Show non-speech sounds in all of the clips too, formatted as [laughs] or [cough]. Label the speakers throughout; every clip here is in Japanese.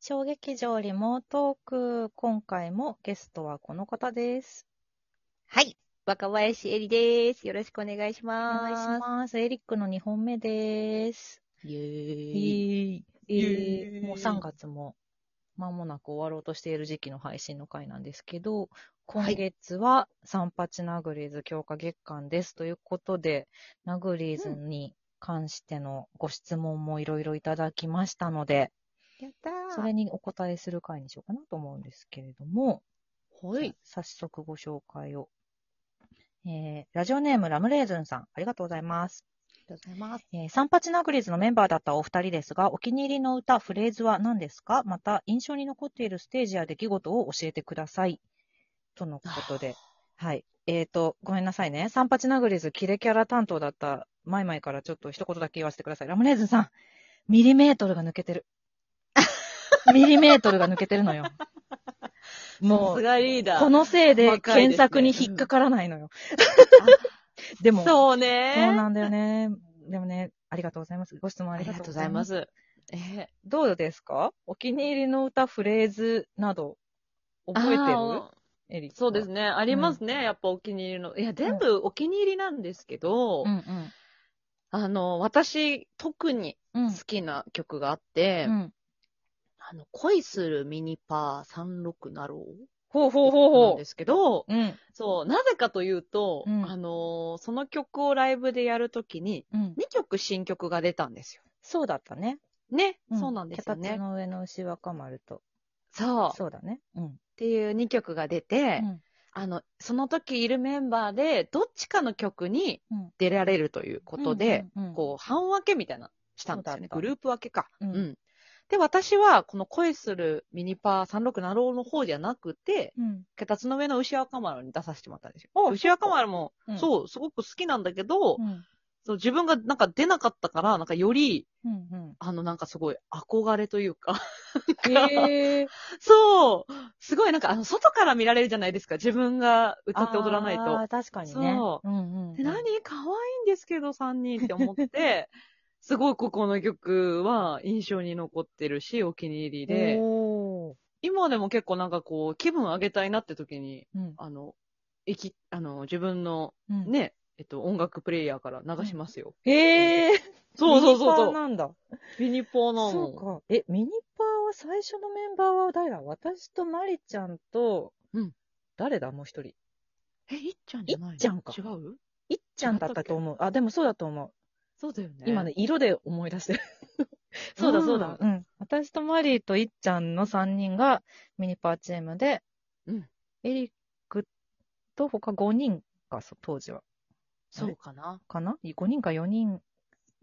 Speaker 1: 小劇場リモートーク、今回もゲストはこの方です。
Speaker 2: はい。若林えりです。よろしくお願いし
Speaker 1: お
Speaker 2: ます。
Speaker 1: 願いします。エリックの2本目です。
Speaker 2: す。イェー
Speaker 1: え
Speaker 2: イ。
Speaker 1: ー、え
Speaker 2: イエーイ
Speaker 1: もう3月も間もなく終わろうとしている時期の配信の回なんですけど、今月はサンパチナグリーズ強化月間です。ということで、ナグリーズに関してのご質問もいろいろいただきましたので、
Speaker 2: やった
Speaker 1: それにお答えする回にしようかなと思うんですけれども、
Speaker 2: ー。はい。
Speaker 1: 早速ご紹介を。えーラジオネームラムレーズンさん、ありがとうございます。
Speaker 2: ありがとうございます。
Speaker 1: えーサンパチナグリーズのメンバーだったお二人ですが、お気に入りの歌、フレーズは何ですかまた、印象に残っているステージや出来事を教えてください。とのことで。はい。えーと、ごめんなさいね。サンパチナグリーズ、キレキャラ担当だった、マイマイからちょっと一言だけ言わせてください。ラムレーズンさん、ミリメートルが抜けて
Speaker 2: [laughs]
Speaker 1: る。ミリメートルが抜けてるのよ。も
Speaker 2: さ
Speaker 1: う
Speaker 2: す、がリーダー。
Speaker 1: このせいで
Speaker 2: 若いですね
Speaker 1: 検索に引っかからないのよ。 [laughs] でも、そう
Speaker 2: そうね。
Speaker 1: なんだよね。でもね、ありがとうございます。ご質問あ
Speaker 2: あ
Speaker 1: り
Speaker 2: り
Speaker 1: が
Speaker 2: が
Speaker 1: と
Speaker 2: と
Speaker 1: う
Speaker 2: う
Speaker 1: ござ
Speaker 2: ござ
Speaker 1: い
Speaker 2: い
Speaker 1: ま。
Speaker 2: ますす。え
Speaker 1: どうですかお気に入りの歌、フレーズなど、
Speaker 2: ー、
Speaker 1: 覚え
Speaker 2: あ
Speaker 1: てるエリ
Speaker 2: ーそうです
Speaker 1: ね。
Speaker 2: ね。ありますね。やっぱお気に入りの。いや、全部お気に入りなんですけど、
Speaker 1: うんうん。
Speaker 2: あの、私、特に
Speaker 1: うん
Speaker 2: 好きな曲があって、
Speaker 1: うん。
Speaker 2: あの、恋するミニパー36なろう
Speaker 1: ほうほうほう
Speaker 2: なん
Speaker 1: ほ
Speaker 2: ですけど、
Speaker 1: う。うん。
Speaker 2: そう、なぜかというと、
Speaker 1: うん
Speaker 2: あのーその曲をライブでやるときに、
Speaker 1: うん。
Speaker 2: 2曲新曲が出たんですよ。
Speaker 1: そうだったね。
Speaker 2: ね、そうなんですよ
Speaker 1: 脚立
Speaker 2: ね。
Speaker 1: の上の牛若丸と。
Speaker 2: そう。っ
Speaker 1: そうだね。うん。
Speaker 2: ていう2曲が出て、
Speaker 1: うん
Speaker 2: あの、その時いるメンバーで、どっちかの曲に
Speaker 1: うん
Speaker 2: 出られるということで、、こう、半分けみたいな、したんですよ
Speaker 1: そうだっ
Speaker 2: ね。
Speaker 1: た
Speaker 2: グループ分けか。
Speaker 1: うん
Speaker 2: で、私は、この恋するミニパー36なろうの方じゃなくて、
Speaker 1: うん。うん。
Speaker 2: 脚立の上の牛若丸に出させてもらったんです
Speaker 1: あ
Speaker 2: よ。牛若丸も、
Speaker 1: うん
Speaker 2: そう、すごく好きなんだけど、
Speaker 1: うん。
Speaker 2: そう自分がなんか出なかったから、なんかより、
Speaker 1: うん
Speaker 2: [laughs]
Speaker 1: うん。
Speaker 2: あのなんかすごい憧れというか、
Speaker 1: へえ。
Speaker 2: そう、すごいなんかあの外から見られるじゃないですか、自分が歌って踊らない
Speaker 1: あ
Speaker 2: と。
Speaker 1: ー確かにね。。
Speaker 2: そう
Speaker 1: んうん。
Speaker 2: で、何可愛いんですけど、3人って思って、すごいここの曲は印象に残ってるし、お気に入りで、
Speaker 1: おー
Speaker 2: 今でも結構なんかこう、気分上げたいなって時に、
Speaker 1: うん
Speaker 2: あの、いき、あの、自分の
Speaker 1: うん
Speaker 2: ね、えっと、音楽プレイヤーから流しますよ。
Speaker 1: へえ。
Speaker 2: そうそうそう
Speaker 1: ミニパー
Speaker 2: そう。
Speaker 1: なんだ。
Speaker 2: ミニポーなの。
Speaker 1: そうか。え、ミニパーは最初のメンバーは誰だ私とマリちゃんと、
Speaker 2: うん
Speaker 1: 誰だもう一人。
Speaker 2: え、いっちゃんじゃないの
Speaker 1: いっちゃんか
Speaker 2: 違う
Speaker 1: いっちゃんだったと思う。あ、でもそうだと思う。
Speaker 2: そうだよね。
Speaker 1: 今ね、色で思い出して
Speaker 2: [laughs]
Speaker 1: る。そうだそうだ。うん。私とマリーといっちゃんの3人がミニパーチームで、
Speaker 2: うん
Speaker 1: エリックと他5人か、そう当時は。
Speaker 2: そうかな。
Speaker 1: かな ?5 人か4人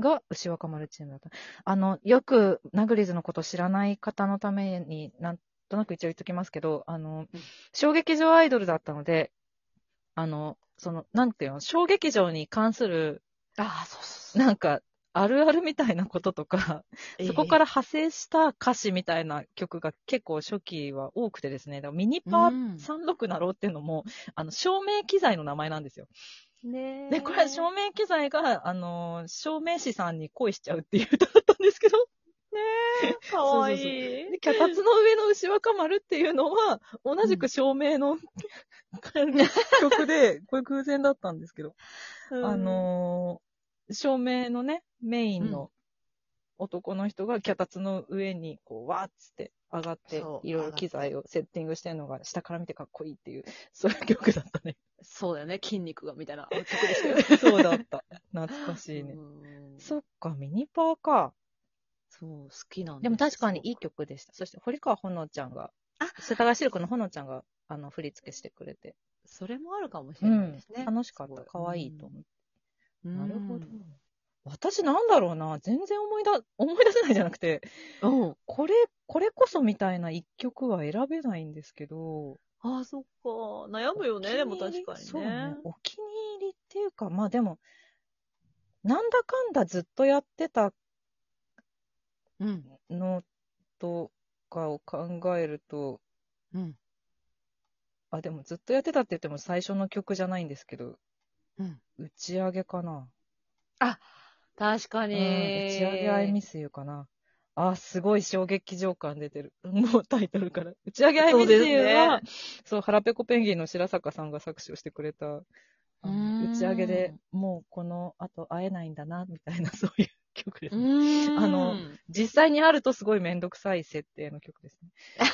Speaker 1: が牛若丸チームだった。あの、よくナグリズのこと知らない方のために、なんとなく一応言っときますけど、あの、
Speaker 2: うん
Speaker 1: 小劇場アイドルだったので、あの、その、なんていうの、小劇場に関する、
Speaker 2: ああ、そうそ、
Speaker 1: なんか、あるあるみたいなこととか、そこからら派生した歌詞みたいな曲が結構初期は多くてですね、だからミニパー
Speaker 2: うん
Speaker 1: 36なろうっていうのも、あの、照明機材の名前なんですよ。
Speaker 2: ね
Speaker 1: で、これは照明機材が、あのー、照明師さんに恋しちゃうっていう歌だったんですけど、
Speaker 2: かわいい。
Speaker 1: で脚立の上の牛若丸っていうのは、同じく照明の、 [laughs] 曲で、これ偶然だったんですけど、あのー、照明のね、メインの男の人が脚立の上に、こう、わーっつって上がって
Speaker 2: そ、う
Speaker 1: いろいろ機材をセッティングしてるのが、下から見てかっこいいっていう、そういう曲だったね。。
Speaker 2: うん、そうだよね、筋肉がみたいな曲でしたよ
Speaker 1: [laughs]
Speaker 2: ね
Speaker 1: そうだった。懐かしいね。
Speaker 2: うん
Speaker 1: そっか、ミニパーか。
Speaker 2: そう、好きなん
Speaker 1: でも確かにいい
Speaker 2: 曲。
Speaker 1: 曲でした。そして堀川ほのちゃんが、
Speaker 2: あ
Speaker 1: 世田谷シルクのほのちゃんがあの振り付けしてくれて、
Speaker 2: それもあるかもしれないですね。
Speaker 1: 楽しかっ
Speaker 2: す
Speaker 1: た。
Speaker 2: ごい
Speaker 1: 可愛いと思って。
Speaker 2: うん
Speaker 1: なるほど。私なんだろうな、全然思いだ思い出 [laughs] せないじゃなくて、
Speaker 2: うん。
Speaker 1: これ、これこそみたいな一曲は選べないんですけど、
Speaker 2: ああ、そっか。悩むよね、でも
Speaker 1: お気に入り
Speaker 2: 確かにね。
Speaker 1: そうね。お気に入りっていうか、まあでも、なんだかんだずっとやってた
Speaker 2: うん。
Speaker 1: のとかを考えると、
Speaker 2: うん。
Speaker 1: あ、でもずっとやってたって言っても最初の曲じゃないんですけど、
Speaker 2: うん。
Speaker 1: 打ち上げかな。
Speaker 2: 確か
Speaker 1: う
Speaker 2: に。
Speaker 1: ん、打ち上げアイミスユーかな。あー、すごい衝撃情感出てる。 [laughs] もうタイトルから。打ち上げ愛
Speaker 2: そ
Speaker 1: ビっ
Speaker 2: う
Speaker 1: て
Speaker 2: です
Speaker 1: いうのは
Speaker 2: ね、
Speaker 1: そう、腹ペコペンギンの白坂さんが作詞をしてくれた、あ
Speaker 2: うー
Speaker 1: の
Speaker 2: ん
Speaker 1: 打ち上げで、もうこの後会えないんだな、みたいな、 [laughs] そういう曲です、ね
Speaker 2: ーん
Speaker 1: あの、実際にあるとすごいめんどくさい設定の曲ですね。
Speaker 2: [laughs]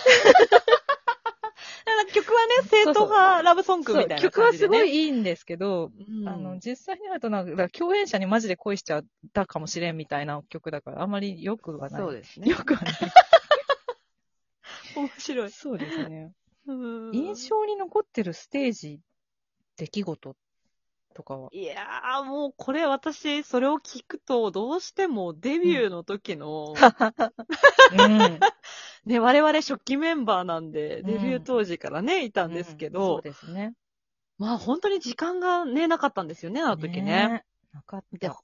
Speaker 2: なんか曲はね、正統派ラブソングみたいな感じで、ね。
Speaker 1: 曲はすごいいいんですけど、
Speaker 2: うん、
Speaker 1: あの、実際にあるとなんか、だから共演者にマジで恋しちゃったかもしれんみたいな曲だから、あまり良くはない。
Speaker 2: そうですね
Speaker 1: よ。くはない。
Speaker 2: [laughs] 面白い。
Speaker 1: そうですね。
Speaker 2: うん
Speaker 1: 印象に残ってるステージ、出来事とかは。
Speaker 2: いやー、もうこれ私、それを聞くと、どうしてもデビューの時の、
Speaker 1: [laughs] うん。
Speaker 2: ね、我々初期メンバーなん
Speaker 1: う
Speaker 2: で、
Speaker 1: ん
Speaker 2: デビュー当時からね、いたんですけど、
Speaker 1: そうですね。
Speaker 2: まあ本当に時間がね、なかったんですよね、あの時ね。
Speaker 1: ねなかっ
Speaker 2: で
Speaker 1: た。、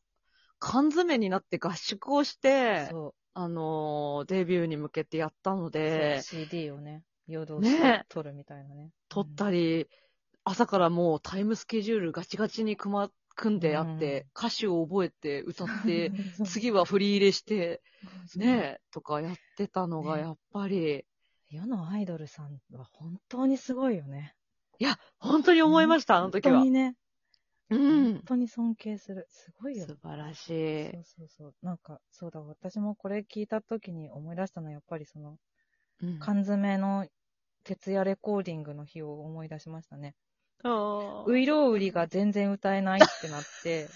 Speaker 2: 缶詰になって合宿をして、
Speaker 1: そう。
Speaker 2: あのーデビューに向けてやったの
Speaker 1: そう
Speaker 2: で、
Speaker 1: CD をね、夜通し
Speaker 2: ね
Speaker 1: 撮るみたいなね。
Speaker 2: 撮ったり、朝からもうタイムスケジュールガチガチに組,、ま、組んであって、歌詞を覚えて歌っ
Speaker 1: うん
Speaker 2: [laughs] て、、
Speaker 1: そう、
Speaker 2: 次は振り入れして、
Speaker 1: [laughs] そう
Speaker 2: ね、とかやってたのが
Speaker 1: ね
Speaker 2: やっぱり、
Speaker 1: 世のアイドルさんは本当にすごいよね。
Speaker 2: いや、本当に思いました、あの時
Speaker 1: 本
Speaker 2: は
Speaker 1: 当に。ね、
Speaker 2: う
Speaker 1: 本
Speaker 2: ん。
Speaker 1: 当に尊敬する。すごいよね
Speaker 2: 素晴らしい
Speaker 1: そ。うそうそう。なんか、そうだ、私もこれ聞いた時に思い出したのは、やっぱりその、
Speaker 2: うん
Speaker 1: 缶詰の徹夜レコーディングの日を思い出しましたね。
Speaker 2: あ
Speaker 1: ういろうりが全然歌えないってな
Speaker 2: [laughs]
Speaker 1: って、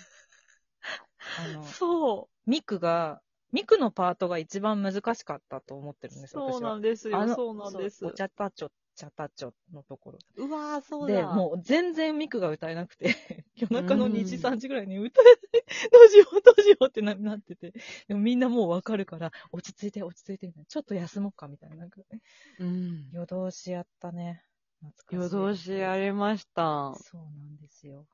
Speaker 1: あ
Speaker 2: ー
Speaker 1: の、
Speaker 2: そ
Speaker 1: ミクが、ミクのパートが一番難しかったと思って
Speaker 2: う。
Speaker 1: るんですよ、
Speaker 2: そ
Speaker 1: 私
Speaker 2: うな
Speaker 1: は。
Speaker 2: んです
Speaker 1: あ
Speaker 2: よ。
Speaker 1: の
Speaker 2: そうなんです
Speaker 1: そう。お茶たちょ、茶たちょのところ。
Speaker 2: うわー、そう
Speaker 1: で、
Speaker 2: だ。
Speaker 1: もう全然ミクが歌えなくて、 [laughs] 夜中の2時、
Speaker 2: うん
Speaker 1: 3時ぐらいに歌えない、どうしよう、どうしようってななってて、でもみんなもうわかるから、落ち着いて、落ち着いてみたいな、ちょっと休もうかみたいな、なんか、
Speaker 2: うん。
Speaker 1: 夜通しやったね。懐かし
Speaker 2: 夜
Speaker 1: い。
Speaker 2: 通しやりました。
Speaker 1: そうなんですよ。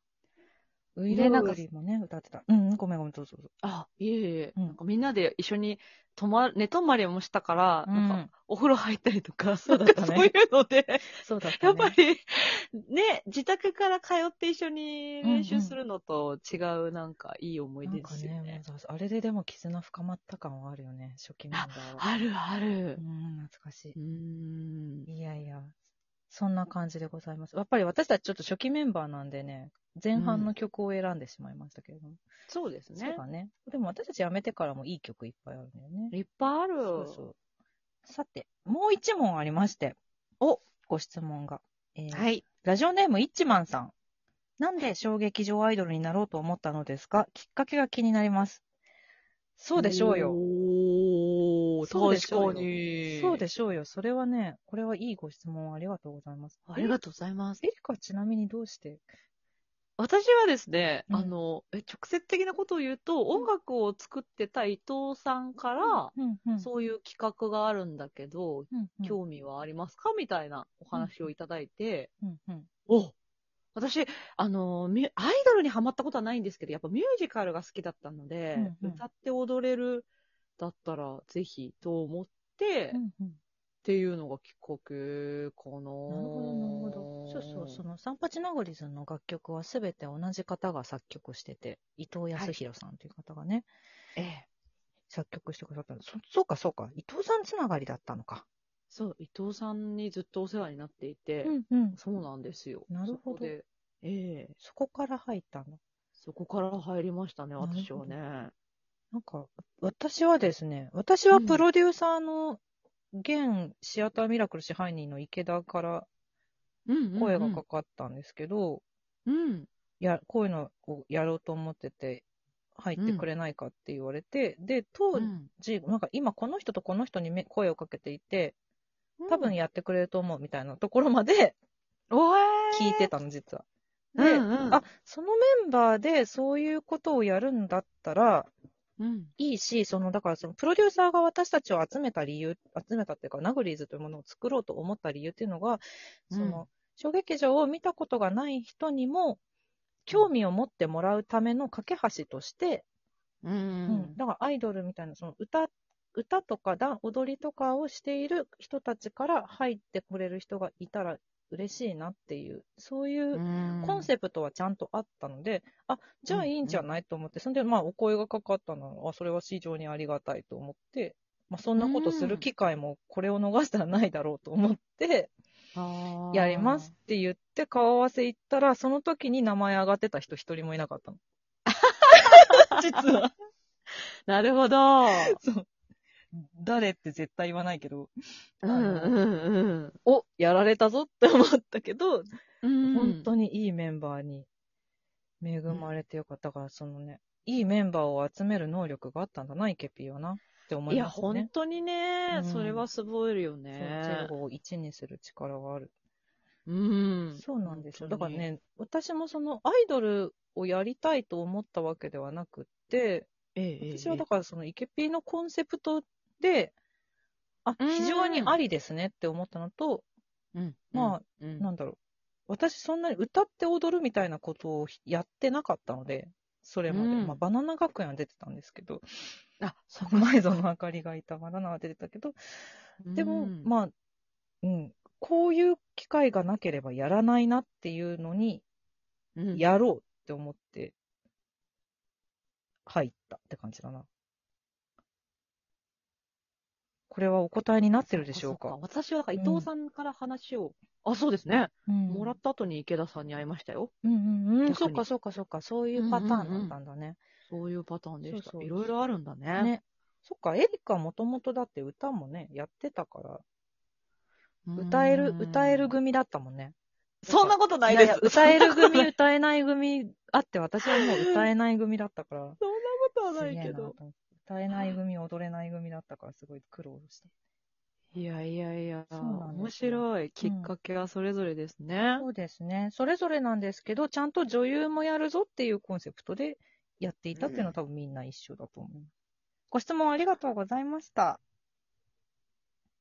Speaker 1: ウイ
Speaker 2: で
Speaker 1: レ
Speaker 2: な
Speaker 1: ナ
Speaker 2: んか
Speaker 1: グリもね、歌ってた。うん、ごめんごめん、そうそうそう。
Speaker 2: あ、いえいえ、
Speaker 1: うん
Speaker 2: なんかみんなで一緒に泊ま、寝泊まりもしたから、
Speaker 1: うん
Speaker 2: なんかお風呂入ったりと
Speaker 1: [laughs]
Speaker 2: か、
Speaker 1: そうだったね
Speaker 2: そういうので、
Speaker 1: そうだった、ね。
Speaker 2: やっぱり、ね、自宅から通って一緒に練
Speaker 1: うん
Speaker 2: 習
Speaker 1: うん
Speaker 2: するのと違うなんかいい思い
Speaker 1: な
Speaker 2: 出
Speaker 1: ん
Speaker 2: で
Speaker 1: か
Speaker 2: すよ
Speaker 1: ね、も
Speaker 2: ね
Speaker 1: う。そうそうあれででも絆深まった感はあるよね、初期メンバー [laughs] は。
Speaker 2: あるある
Speaker 1: う。ん、懐かしい。
Speaker 2: うーん。
Speaker 1: いやいや、そんな感じでございます。やっぱり私たちちょっと初期メンバーなんでね、前半の曲を選んでしまいましたけれども。
Speaker 2: そうです
Speaker 1: そう
Speaker 2: ね。
Speaker 1: だね。でも私たち辞めてからもいい曲いっぱいあるんだよね。
Speaker 2: いっぱいある。
Speaker 1: そうそう。さて、もう一問ありまして。
Speaker 2: お
Speaker 1: ご質問が。えー
Speaker 2: はい。
Speaker 1: ラジオネーム、イッチマンさん。なんで小劇場アイドルになろうと思ったのですかきっかけが気になります。そうでしょうよ。
Speaker 2: おー、
Speaker 1: そうでしょうよ
Speaker 2: 確かに。
Speaker 1: そうで
Speaker 2: し
Speaker 1: しょうよ。それはね、これはいいご質問ありがとうございます。
Speaker 2: ありがとうございます。
Speaker 1: エリカちなみにどうして
Speaker 2: 私はですね、
Speaker 1: うん
Speaker 2: あの、え直接的なことを言うと、音楽を作ってた伊藤さんから、
Speaker 1: うんうん
Speaker 2: そういう企画があるんだけど、
Speaker 1: うんうん
Speaker 2: 興味はありますかみたいなお話をいただいて、
Speaker 1: うんうん
Speaker 2: お私、あの、ミュアイドルにハマったことはないんですけど、やっぱミュージカルが好きだったので、
Speaker 1: うんうん
Speaker 2: 歌って踊れるだったら、ぜひと思って、
Speaker 1: う
Speaker 2: っ
Speaker 1: んうん
Speaker 2: ていうのがきっかけかな。なる
Speaker 1: なるほど、なるほど。そうそう、その、サンパチナゴリズの楽曲はすべて同じ方が作曲してて、伊藤康弘さんという方がね、
Speaker 2: ええ。
Speaker 1: 作曲してくださったんです。そそうか、そうか。伊藤さんつながりだったのか。
Speaker 2: そう、伊藤さんにずっとお世話になっていて、
Speaker 1: んうん。
Speaker 2: そうなんですよ。
Speaker 1: なるほど
Speaker 2: そこで、ええ
Speaker 1: そこから入ったの。
Speaker 2: そこから入りましたね、
Speaker 1: なるほど
Speaker 2: 私はね。
Speaker 1: なんか、私はですね、私はプロデューサーの、現シアターミラクル支配人の池田から
Speaker 2: うんうんうん
Speaker 1: 声がかかったんですけど、
Speaker 2: うん。
Speaker 1: や、こういうのをやろうと思ってて、入ってくれないかって言われて、で、当
Speaker 2: うん
Speaker 1: 時、なんか今この人とこの人にめ声をかけていて、多分やってくれると思うみたいなところま
Speaker 2: [laughs]
Speaker 1: で
Speaker 2: おえ
Speaker 1: 聞いてたの、実は。
Speaker 2: ー
Speaker 1: で、
Speaker 2: うんうん
Speaker 1: あ、そのメンバーでそういうことをやるんだったら
Speaker 2: うん。
Speaker 1: いいし、その、だからそのプロデューサーが私たちを集めた理由、集めたっていうか、ナグリーズというものを作ろうと思った理由っていうのが、その、
Speaker 2: うん
Speaker 1: 小劇場を見たことがない人にも、興味を持ってもらうための架け橋として、
Speaker 2: う
Speaker 1: うん
Speaker 2: ん。
Speaker 1: だからアイドルみたいな、その歌、歌とかだ踊りとかをしている人たちから入ってくれる人がいたら嬉しいなっていう、そういうコン
Speaker 2: プ
Speaker 1: セプトはちゃんとあったので、あ、じゃあいいんじゃないと思って、それでまあお声がかかったのは、あそれは非常にありがたいと思って、まあ、そんなことする機会もこれを逃したらないだろうと思って、
Speaker 2: あー
Speaker 1: やります。って言って顔合わせ行ったら、その時に名前上がってた人一人もいなかったの。 [laughs] 実は。
Speaker 2: なるほど。
Speaker 1: そう。誰って絶対言わないけど、
Speaker 2: うんうん
Speaker 1: お、やられたぞって思ったけど、
Speaker 2: うん。
Speaker 1: 本当
Speaker 2: に。
Speaker 1: にいいメンバーに恵まれてよかっただから、そのね、いいメンバーを集める能力があったんだな、イケピーはな、って思
Speaker 2: い
Speaker 1: い
Speaker 2: や、
Speaker 1: ますよ
Speaker 2: 本
Speaker 1: ね。
Speaker 2: 当にね、
Speaker 1: うん
Speaker 2: それはすごいよ
Speaker 1: そう
Speaker 2: ね
Speaker 1: 0。を1にする力がある。
Speaker 2: うん。
Speaker 1: そうなんですよ。だ
Speaker 2: 本
Speaker 1: か
Speaker 2: 当
Speaker 1: ら
Speaker 2: に。
Speaker 1: ね、私もそのアイドルをやりたいと思ったわけではなくって、
Speaker 2: ええええ
Speaker 1: 私はだからそのイケピーのコンセプトで、あ、
Speaker 2: うん
Speaker 1: 非常にありですねって思ったのと、
Speaker 2: うん。
Speaker 1: まあ
Speaker 2: うん、
Speaker 1: なんだろう。私そんなに歌って踊るみたいなことをやってなかったので、それまで。
Speaker 2: うん
Speaker 1: まあ、バナナ学園は出てたんですけど、
Speaker 2: あ、そこ
Speaker 1: 前園あかりがいたバナナは出てたけど、でも、
Speaker 2: あ、
Speaker 1: まあ、うん、こういう機会がなければやらないなっていうのに、
Speaker 2: うん、
Speaker 1: やろうって思って、入ったって感じだな。これはお答えになってるでしょうか
Speaker 2: そっ。そっ私はだから伊藤さんから話を、あ、そうですね。もらった後に池田さんに会いましたよ。
Speaker 1: うんうんうん。
Speaker 2: 逆に
Speaker 1: そうかそうかそうか。そういうパターンだったんだね。
Speaker 2: そういうパターンでした。
Speaker 1: そうそう
Speaker 2: いろいろあるんだね。
Speaker 1: ね。そっか、エリカもともとだって歌もね、やってたから、
Speaker 2: うん
Speaker 1: 歌える、歌える。組だったもんね。
Speaker 2: そんなことない
Speaker 1: や
Speaker 2: で
Speaker 1: いや
Speaker 2: す。
Speaker 1: 歌える
Speaker 2: そん
Speaker 1: 組、
Speaker 2: なこ
Speaker 1: 歌えない組あって、私はもう歌えない組だった [laughs] から。
Speaker 2: とは
Speaker 1: す
Speaker 2: な
Speaker 1: げ
Speaker 2: い
Speaker 1: え
Speaker 2: け
Speaker 1: なと思っ
Speaker 2: ど。
Speaker 1: て歌えない組、踊れない組だったから、すごい苦労した。
Speaker 2: [laughs] いやいやいや、
Speaker 1: そうなん
Speaker 2: 面
Speaker 1: ですよ
Speaker 2: 白い。きっかけはそれぞれですね。
Speaker 1: そうですね。それぞれなんですけど、ちゃんと女優もやるぞっていうコンセプトでやっていたっていうのは多分みんな一緒だと思う。ご質問ありがとうございました。